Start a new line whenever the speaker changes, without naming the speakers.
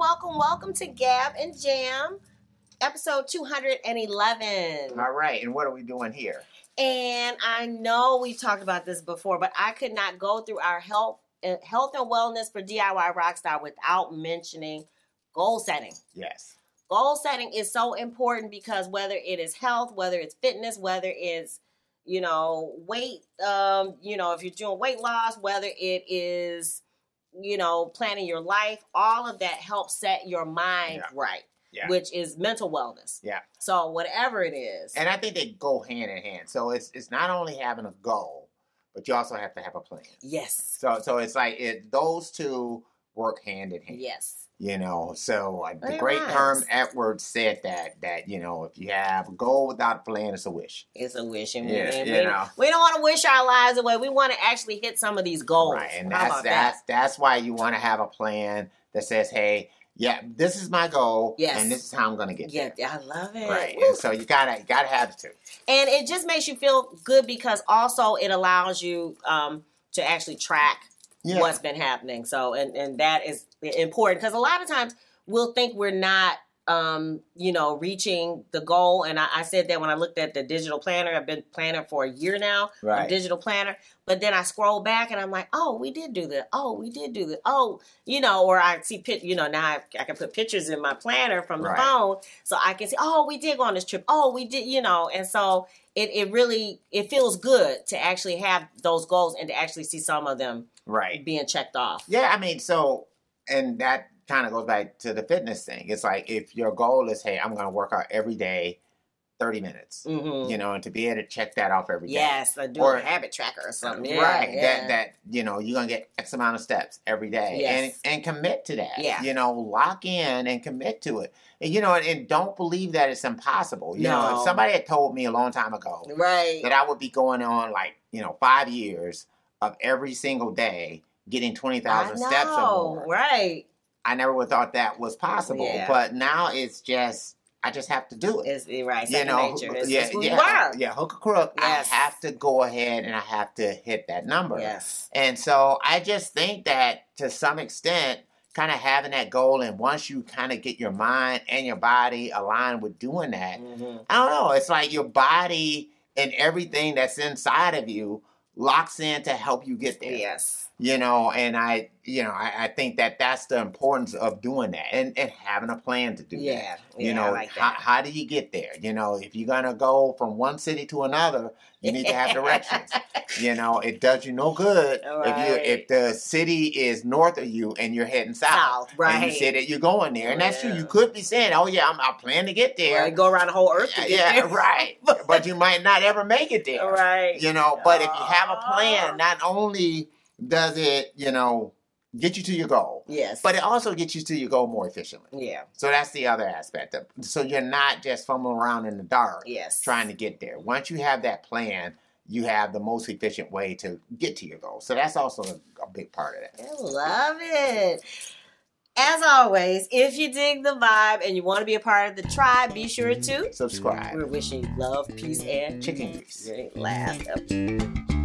welcome to Gab and Jam, episode 211.
All right, and what are we doing here?
And I know we've talked about this before, but I could not go through our health uh, health and wellness for DIY Rockstar without mentioning goal setting.
Yes.
Goal setting is so important because whether it is health, whether it's fitness, whether it's you know weight, um, you know if you're doing weight loss, whether it is you know planning your life, all of that helps set your mind
Yeah.
right,
Yeah.
which is mental wellness.
Yeah.
So whatever it is,
And I think they go hand in hand. So it's it's not only having a goal, but you also have to have a plan.
yes,
So so it's like it those two work hand in hand.
yes.
You know, so uh, the
It
great
rhymes.
Herm Edwards said that that you know if you have a goal without a plan, it's a wish.
It's a wish, and
Yeah,
we,
you
we-
know.
we don't want to wish our lives away. We want to actually hit some of these goals.
Right, and
How
that's
about that?
that's that's why you want to have a plan that says, hey, yeah, this is my goal,
Yes.
and this is how I'm going to get
Yeah, I love it.
there. Right,
Woo.
and so you gotta you gotta have the two.
And it just makes you feel good because also it allows you um, to actually track
Yeah.
what's been happening. So, and and that is important because a lot of times we'll think we're not, um, you know, reaching the goal. And I, I said that when I looked at the digital planner. I've been planning for a year now. I'm
Right.
digital planner. But then I scroll back and I'm like, oh, we did do that. Oh, we did do that. Oh, you know, or I see, pic- you know, now I, I can put pictures in my planner from the
Right.
phone so I can see, oh, we did go on this trip. Oh, we did, you know, and so it, it really, it feels good to actually have those goals and to actually see some of them
Right.
being checked off.
Yeah, I mean, so and that kind of goes back to the fitness thing. It's like if your goal is, hey, I'm going to work out every day, thirty minutes,
Mm-hmm.
you know, and to be able to check that off every day.
Yes, I do
Or-
a habit tracker or something. Yeah,
right.
yeah.
That that you know you're gonna get X amount of steps every day,
Yes.
and and commit to that.
Yeah.
You know, lock in and commit to it, and you know, and, and don't believe that it's impossible. You know,
No. Mm,
if somebody had told me a long time ago
right.
that I would be going on like you know five years of every single day getting twenty thousand steps or
know,
more,
right.
I never would thought that was possible.
Yeah.
But now it's just I just have to do it.
It's right.
you
Second
know,
nature. It's,
yeah,
it's who
yeah,
you are.
yeah, hook or crook.
Yes.
I have to go ahead and I have to hit that number.
Yes.
And so I just think that to some extent, kind of having that goal, and once you kind of get your mind and your body aligned with doing that,
Mhm.
I don't know. It's like your body and everything that's inside of you locks in to help you get there
Yes.
you know and i you know I, I think that that's the importance of doing that and and having a plan to do that
Yeah.
you
yeah,
know
I like
how,
that.
how do you get there you know if you're gonna go from one city to another you need to have directions you know it does you no good if you
Right.
if the city is north of you and you're heading south,
South, right.
and you say that you're going there and that's true
Yeah.
you could be saying oh yeah i'm i plan to get there Uh,
Right, Go around the whole earth. To get
yeah
there.
right but you might not ever make it there
Right. Oh.
you know but if you have a
Aw.
plan not only does it you know get you to your goal
Yes.
but it also gets you to your goal more efficiently
yeah.
so that's the other aspect of so you're not just fumbling around in the dark
Yes.
trying to get there once you have that plan you have the most efficient way to get to your goal so that's also a, a big part of that
I love it. As always, if you dig the vibe and you want to be a part of the tribe, be sure to.
subscribe
We're wishing you love, peace, and
chicken grease
your last episode.